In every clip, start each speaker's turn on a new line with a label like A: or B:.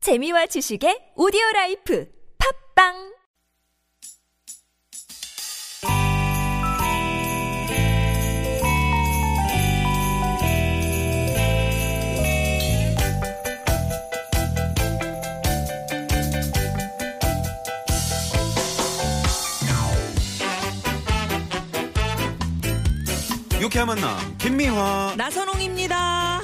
A: 재미와 지식의 오디오 라이프 팝빵
B: 유쾌한 만남 김미화
C: 나선홍입니다.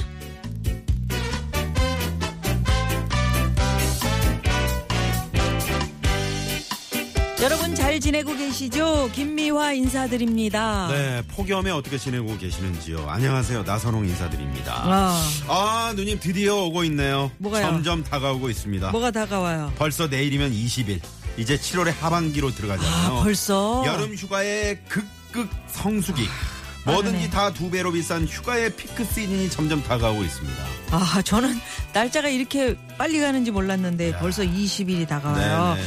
C: 여러분 잘 지내고 계시죠? 김미화 인사드립니다.
B: 네 폭염에 어떻게 지내고 계시는지요 안녕하세요 나선홍 인사드립니다
C: 아,
B: 아 누님 드디어 오고 있네요
C: 뭐가요?
B: 점점 다가오고 있습니다
C: 뭐가 다가와요?
B: 벌써 내일이면 20일 이제 7월의 하반기로 들어가잖아요
C: 아, 벌써
B: 여름 휴가의 극극 성수기
C: 아, 빠르네.
B: 뭐든지 다 두 배로 비싼 휴가의 피크 시즌이 점점 다가오고 있습니다
C: 아, 저는 날짜가 이렇게 빨리 가는지 몰랐는데 벌써 20일이 다가와요.
B: 네,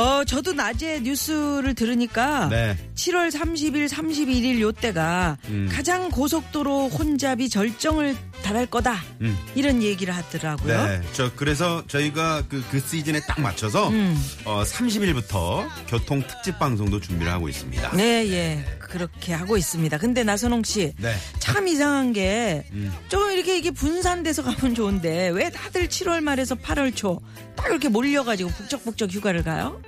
C: 어, 저도 낮에 뉴스를 들으니까
B: 네.
C: 7월 30일, 31일 요때가
B: 음.
C: 가장 고속도로 혼잡이 절정을 달할 거다.
B: 음.
C: 이런 얘기를 하더라고요.
B: 네, 저 그래서 저희가 그, 그 시즌에 딱 맞춰서
C: 음.
B: 어, 30일부터 교통 특집 방송도 준비를 하고 있습니다.
C: 네, 예. 그렇게 하고 있습니다. 근데 나선홍 씨.
B: 네. 음.
C: 참 이상한 게, 좀 이렇게 이게 분산돼서 가면 좋은데, 왜 다들 7월 말에서 8월 초 딱 이렇게 몰려가지고 북적북적 휴가를 가요?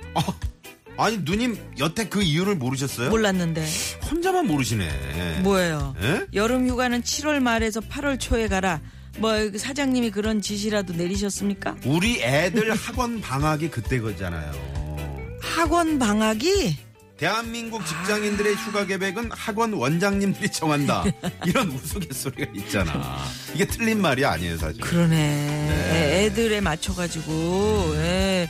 B: 아, 니 누님 여태 그 이유를 모르셨어요?
C: 몰랐는데.
B: 혼자만 네. 모르시네.
C: 뭐예요?
B: 예?
C: 여름 휴가는 7월 말에서 8월 초에 가라. 뭐, 사장님이 그런 지시라도 내리셨습니까?
B: 우리 애들 학원 방학이 그때 거잖아요.
C: 학원 방학이?
B: 대한민국
C: 아.
B: 직장인들의 휴가 계획은 학원 원장님들이 정한다. 이런 우스갯소리가 있잖아. 이게 틀린 말이 아니에요, 사실.
C: 그러네. 애- 애들에 맞춰가지고, 예.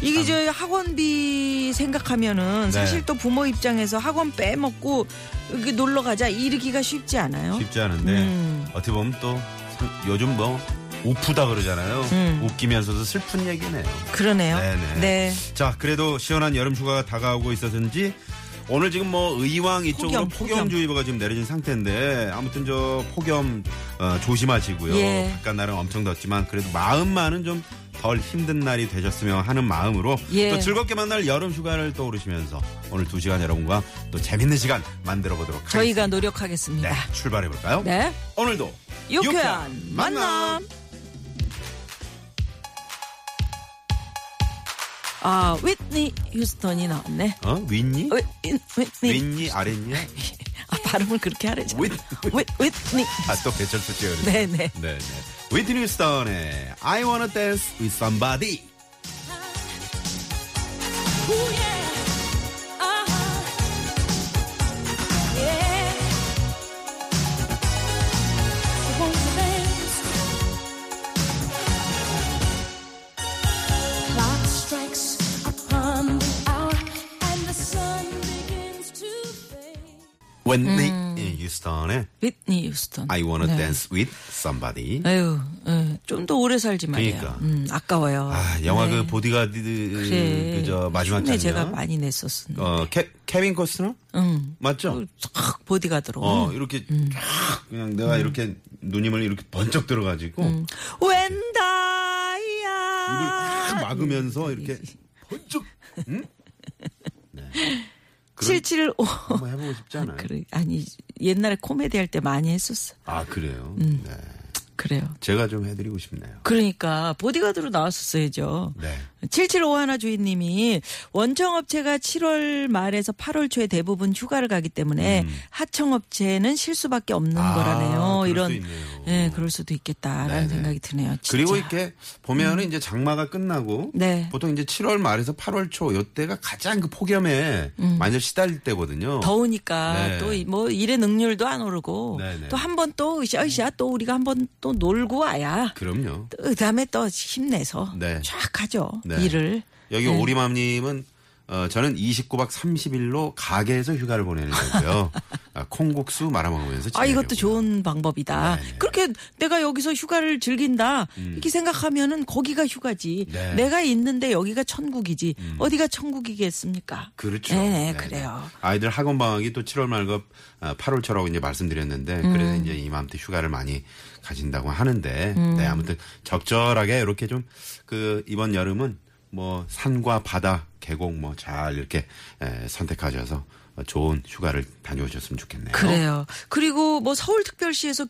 C: 이게 저 학원비 생각하면은 사실 또 부모 입장에서 학원 빼먹고 이렇게 놀러 가자 이러기가 쉽지 않아요.
B: 쉽지 않은데
C: 음.
B: 어떻게 보면 또 상- 요즘 뭐 우프다 그러잖아요.
C: 음.
B: 웃기면서도 슬픈 얘기네요.
C: 그러네요.
B: 네네.
C: 네.
B: 자, 그래도 시원한 여름 휴가가 다가오고 있어서인지 오늘 지금 뭐 의왕 이쪽으로
C: 폭염, 폭염.
B: 폭염, 주의보가 지금 내려진 상태인데 아무튼 저 폭염 어, 조심하시고요.
C: 예.
B: 바깥 날은 엄청 덥지만 그래도 마음만은 좀 덜 힘든 날이 되셨으면 하는 마음으로
C: 예.
B: 또 즐겁게 만날 여름 휴가를 떠오르시면서 오늘 두 시간 여러분과 또 재밌는 시간 만들어 보도록
C: 저희가
B: 하겠습니다.
C: 노력하겠습니다.
B: 네, 출발해 볼까요?
C: 네.
B: 오늘도
C: 유쾌한 만남. 아, 윗니 휴스턴이 나왔네.
B: 어 윈니?
C: 윗, 윗, 윗니.
B: 윈니 아랫니?
C: 아, 발음을 그렇게 하래죠.
B: 윗.
C: 윗, 윗니.
B: 아또 배철수 씨가 그러죠.
C: 네네.
B: 네네. 위트니 스턴의 I Wanna Dance with Somebody.
D: Clock strikes upon the hour, and the sun begins to fade.
B: Whitney Houston의
C: 윗니 휴스턴.
B: 예, I Wanna
C: 음. 네.
B: Dance with Somebody.
C: 아유, 예. 좀 더 오래 살지 말이야.
B: 그러니까.
C: 음, 아까워요.
B: 아 영화
C: 네.
B: 그 보디가드 그
C: 그래.
B: 저 마지막
C: 흉내
B: 장면.
C: 제가 많이 냈었는데.
B: 어 케, 케빈 코스너?
C: 응.
B: 맞죠?
C: 쫙 보디가 들어. 음.
B: 어 이렇게 쫙 그냥 내가 이렇게 누님을 이렇게 번쩍 들어가지고 입을
C: 음.
B: 확
C: 웬다이야.
B: 막으면서
C: 음.
B: 이렇게 번쩍.
C: 어.
B: 응? 그런-
C: 775.
B: 한번 해보고 싶지 않아요?
C: 그래, 아니, 옛날에 코미디 할 때 많이 했었어.
B: 아 그래요.
C: 음.
B: 네.
C: 그래요.
B: 제가 좀 해드리고 싶네요.
C: 그러니까 보디가드로 나왔었어야죠.
B: 네.
C: 775 하나 주인님이 원청업체가 7월 말에서 8월 초에 대부분 휴가를 가기 때문에 하청업체는 쉴 수밖에 없는
B: 음. 아,
C: 거라네요.
B: 그럴
C: 이런
B: 수 있네요.
C: 예, 그럴 수도 있겠다라는
B: 네네.
C: 생각이 드네요. 진짜. 음.
B: 그리고 이렇게 보면은 이제 장마가 끝나고
C: 네.
B: 보통 이제 7월 말에서 8월 초 이때가 가장 그 폭염에 완전 시달릴 때거든요.
C: 음. 더우니까
B: 네.
C: 또 뭐 일의 능률도 안 오르고
B: 네네. 음.
C: 또 한 번 또 으쌰으쌰 또 우리가 한 번 또 놀고 와야
B: 그럼요.
C: 그 다음에 또 힘내서
B: 네.
C: 쫙 하죠.
B: 네.
C: 일을.
B: 여기 오리맘님은 어, 저는 29박 30일로 가게에서 휴가를 보내는 거고요. 아, 콩국수 말아먹으면서
C: 아, 이것도
B: 진행해보고. 네,
C: 좋은 방법이다. 그렇게 내가 여기서 휴가를 즐긴다. 이렇게 생각하면은 거기가 휴가지.
B: 음. 네. 음.
C: 내가 있는데 여기가 천국이지. 어디가 천국이겠습니까?
B: 그렇죠.
C: 네,
B: 네네.
C: 그래요.
B: 아이들 학원 방학이 또 7월 말과 아, 8월처럼 이제 말씀드렸는데
C: 음.
B: 그래서 이제 이맘때 휴가를 많이 가진다고 하는데
C: 음.
B: 네, 아무튼 적절하게 이렇게 좀 그 이번 여름은 뭐 산과 바다, 계곡 뭐 잘 이렇게 에, 선택하셔서 좋은 휴가를 다녀오셨으면 좋겠네요.
C: 그래요. 그리고 뭐 서울특별시에서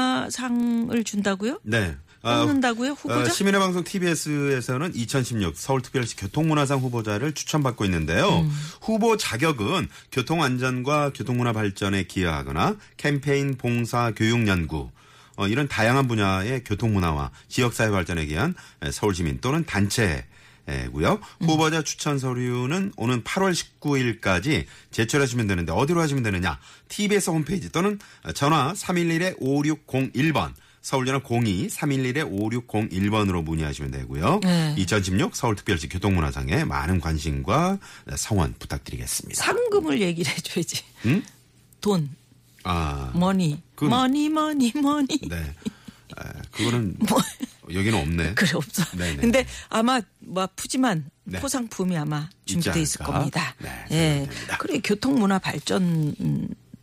C: 교통문화상을 준다고요?
B: 네. 아,
C: 뽑는다고요?
B: 어,
C: 후보자?
B: 시민의 방송 TBS에서는 2016 서울특별시 교통문화상 후보자를 추천받고 있는데요.
C: 음.
B: 후보 자격은 교통안전과 교통문화 발전에 기여하거나 캠페인 봉사 교육 연구 어, 이런 다양한 분야의 교통문화와 지역사회 발전에 기한 에, 서울시민 또는 단체 고요 후보자 추천 서류는 오는 8월 19일까지 제출하시면 되는데 어디로 하시면 되느냐? TBS 홈페이지 또는 전화 311-5601번 서울 전화 02 311-5601번으로 문의하시면 되고요. 2016 서울특별시 교통문화상에 많은 관심과 성원 부탁드리겠습니다.
C: 상금을 얘기를 해줘야지.
B: 음?
C: 돈,
B: 아,
C: 머니,
B: 그-
C: 머니, 머니, 머니.
B: 네. 아, 그거는 여기는 없네.
C: 뭐? 그래 없어.
B: 네네.
C: 근데 아마 뭐 아프지만
B: 네.
C: 포상품이 아마
B: 있지
C: 준비돼 있을
B: 않을까?
C: 겁니다.
B: 네,
C: 예.
B: 기대됩니다.
C: 그리고 교통 문화 발전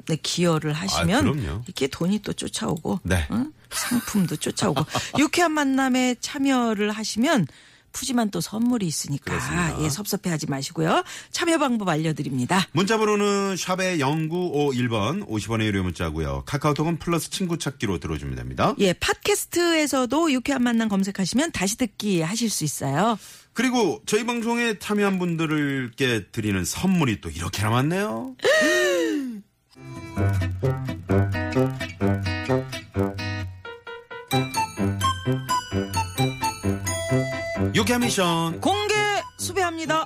C: 에 기여를
B: 아,
C: 하시면
B: 그럼요.
C: 이렇게 돈이 또 쫓아오고
B: 네.
C: 응? 상품도 쫓아오고 유쾌한 만남에 참여를 하시면 푸짐한 또 선물이 있으니까
B: 그렇습니다.
C: 예 섭섭해하지 마시고요. 참여 방법 알려드립니다.
B: 문자번호는 샵의 0951번 50원의 유료 문자고요. 카카오톡은 플러스 친구 찾기로 들어주면 됩니다.
C: 예, 팟캐스트에서도 유쾌한 만남 검색하시면 다시 듣기 하실 수 있어요.
B: 그리고 저희 방송에 참여한 분들께 드리는 선물이 또 이렇게 남았네요. 유쾌한 미션
C: 공개 수배합니다.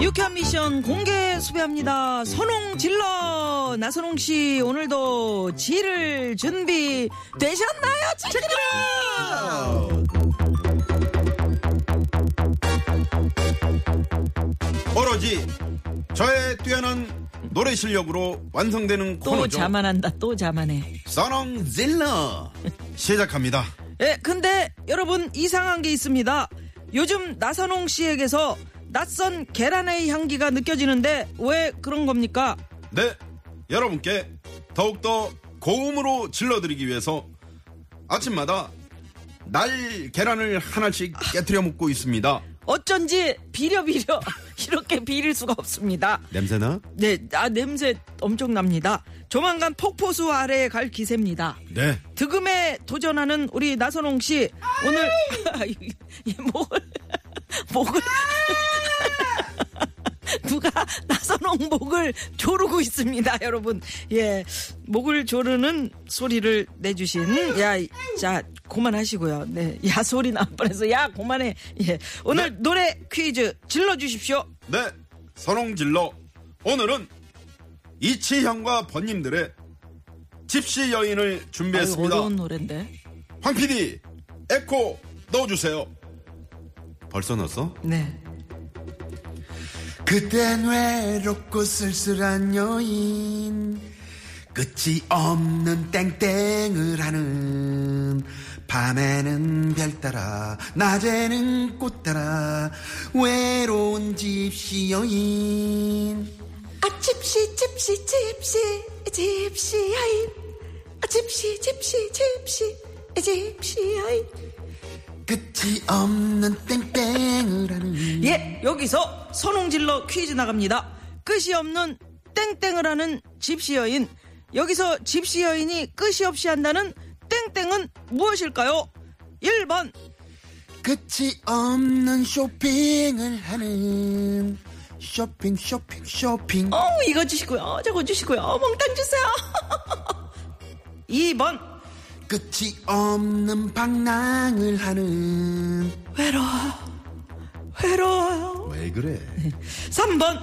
C: 유쾌한 미션 공개 수배합니다. 선홍 질러 나선홍 씨 오늘도 지를 준비 되셨나요? 지르
B: 오로지 저의 뛰어난 노래 실력으로 완성되는
C: 또
B: 코너죠.
C: 자만한다. 또 자만해.
B: 써롱질러 시작합니다.
C: 예, 근데 여러분 이상한 게 있습니다. 요즘 나선홍 씨에게서 낯선 계란의 향기가 느껴지는데 왜 그런 겁니까?
B: 네, 여러분께 더욱더 고음으로 질러드리기 위해서 아침마다 날 계란을 하나씩 깨뜨려 먹고 있습니다.
C: 어쩐지 비려비려 이렇게 비릴 수가 없습니다.
B: 냄새나?
C: 네, 아 냄새 엄청납니다. 조만간 폭포수 아래에 갈 기세입니다.
B: 네.
C: 득음에 도전하는 우리 나선홍 씨 오늘 이, 이 목을 목을 아! 누가 나선홍 목을 조르고 있습니다, 여러분. 예, 목을 조르는 소리를 내주신 야, 이- 자 그만하시고요. 네, 야 소리 나올 뻔해서 야 그만해. 예, 오늘 노래 퀴즈 질러 주십시오.
B: 네, 선홍질러. 오늘은 이치형과 번님들의 집시 여인을 준비했습니다.
C: 어려운 노래인데.
B: 황 PD, 에코 넣어주세요. 벌써 넣었어?
C: 네.
B: 그땐 외롭고 쓸쓸한 여인 끝이 없는 땡땡을 하는 밤에는 별 따라 낮에는 꽃 따라 외로운 집시 여인
E: 아 집시 집시 집시 집시 여인 아 집시 집시 집시 집시 여인
B: 끝이 없는 땡땡을 하는
C: 예, 여기서 선홍질러 퀴즈 나갑니다. 끝이 없는 땡땡을 하는 집시 여인. 여기서 집시 여인이 끝이 없이 한다는 땡땡은 무엇일까요? 1번,
B: 끝이 없는 쇼핑을 하는 쇼핑 쇼핑 쇼핑
C: 어, 이거 주시고요. 어, 저거 주시고요. 어, 몽땅 주세요. 2번,
B: 끝이 없는 방랑을 하는
C: 외로워. 외로워요.
B: 왜 그래
C: 3번,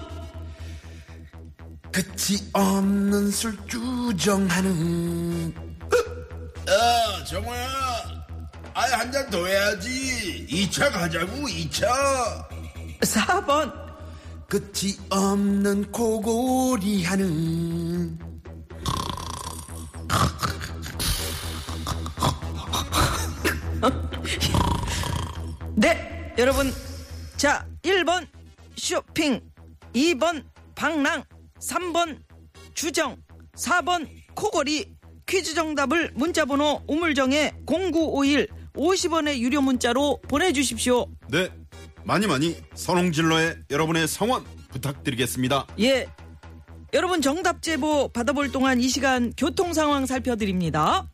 B: 끝이 없는 술주정하는 야 정호야 아예 한 잔 더 해야지 2차 가자고 2차
C: 4번.
B: 끝이 없는 고고리 하는
C: 네, 여러분. 자, 1번 쇼핑, 2번 방랑, 3번 주정, 4번 코골이. 퀴즈 정답을 문자번호 우물정에 0951 50원의 유료 문자로 보내주십시오.
B: 네 많이 많이 선홍질러의 여러분의 성원 부탁드리겠습니다
C: 예. 여러분 정답 제보 받아볼 동안 이 시간 교통 상황 살펴드립니다.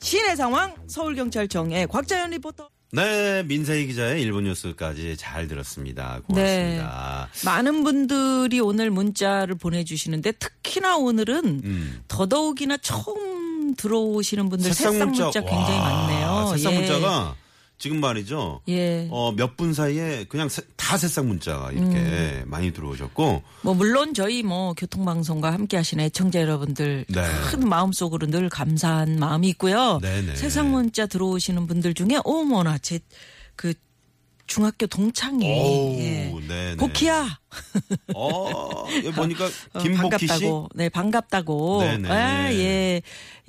C: 시내 상황 서울경찰청의 곽자연 리포터.
B: 네 민세희 기자의 일본 뉴스까지 잘
C: 네.
B: 들었습니다 고맙습니다
C: 많은 분들이 오늘 문자를 보내주시는데 특히나 오늘은
B: 음.
C: 더더욱이나 처음 들어오시는 분들 새싹, 문자, 굉장히
B: 와,
C: 많네요.
B: 새싹
C: 예.
B: 문자가 지금 말이죠
C: 예.
B: 어, 몇 분 사이에 그냥 새- 다 새싹 문자가 이렇게
C: 음.
B: 많이 들어오셨고
C: 뭐 물론 저희 뭐 교통방송과 함께하시는 애청자 여러분들
B: 네.
C: 큰 마음속으로 늘 감사한 마음이 있고요.
B: 네네.
C: 세상 문자 들어오시는 분들 중에 어머나 제 그 중학교 동창이
B: 오우,
C: 예.
B: 네네.
C: 복희야
B: 어, 여기 보니까
C: 어,
B: 김복희 씨
C: 반갑다고 네 반갑다고
B: 네네.
C: 아, 예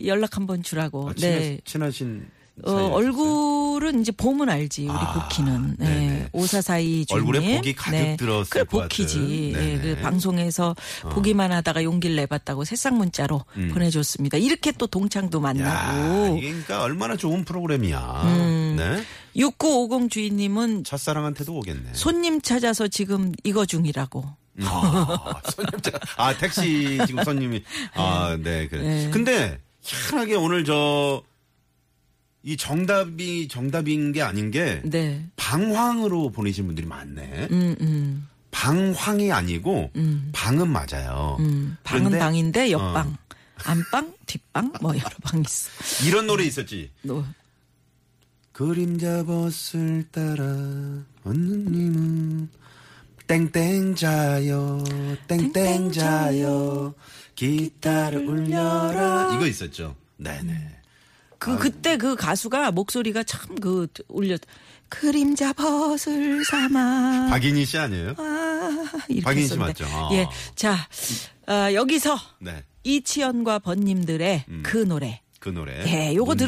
C: 연락 한번 주라고
B: 아, 친하,
C: 네.
B: 친하신
C: 어,
B: 사이였어요?
C: 얼굴은 이제 봄은 알지 우리 복희는
B: 아, 네네.
C: 네. 오사사이 주님 네.
B: 얼굴에 복이 가득 들었을
C: 그래
B: 것 같은.
C: 복희지 예,
B: 네네. 어.
C: 그 방송에서 보기만 하다가 용기를 내봤다고 새싹 문자로 보내줬습니다 이렇게 또
B: 음.
C: 동창도
B: 야,
C: 만나고
B: 이게 그러니까 얼마나 좋은 프로그램이야.
C: 음.
B: 네.
C: 6950 주인님은
B: 첫사랑한테도 오겠네.
C: 손님 찾아서 지금 이거 중이라고
B: 아, 손님 자- 아, 택시 지금 손님이 아, 네. 그래. 근데 희한하게 오늘 저 이 정답이 정답인 게 아닌 게
C: 네
B: 방황으로 보내신 분들이 많네. 음. 방황이 아니고 방은 맞아요.
C: 방은
B: 그런데 어.
C: 방인데 옆방 안방 뒷방 뭐 여러 방 있어 뭐
B: 이런 노래 있었지.
C: 너
B: 그림자 벗을 따라 얻는 님은 땡땡자요 땡땡자요 기타를 울려라 이거 있었죠 네네 아,
C: 그 그때 그 가수가 목소리가 참 그 울려 그림자 벗을 삼아
B: 박인희 씨 아니에요?
C: 이렇게
B: 박인희 씨
C: 했었는데.
B: 맞죠? 아.
C: 예, 자 아, 여기서
B: 네 그
C: 이치현과 번님들의 그 노래
B: 노래
C: 예, 요거
B: 음. 네. 문제의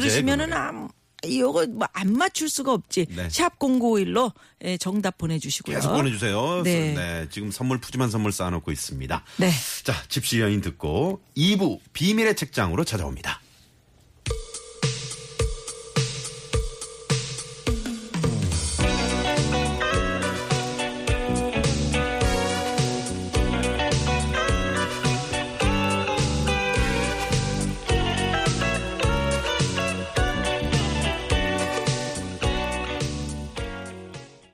B: 그
C: 들으시면은
B: 노래.
C: 아, 요거 뭐안 맞출 수가 없지
B: 네.
C: 샵 #0951로 예, 정답 보내주시고요.
B: 계속 보내주세요 네.
C: 네.
B: 지금 선물 푸짐한 선물 쌓아놓고 있습니다
C: 네.
B: 자 집시 여인 듣고 2부 비밀의 책장으로 찾아옵니다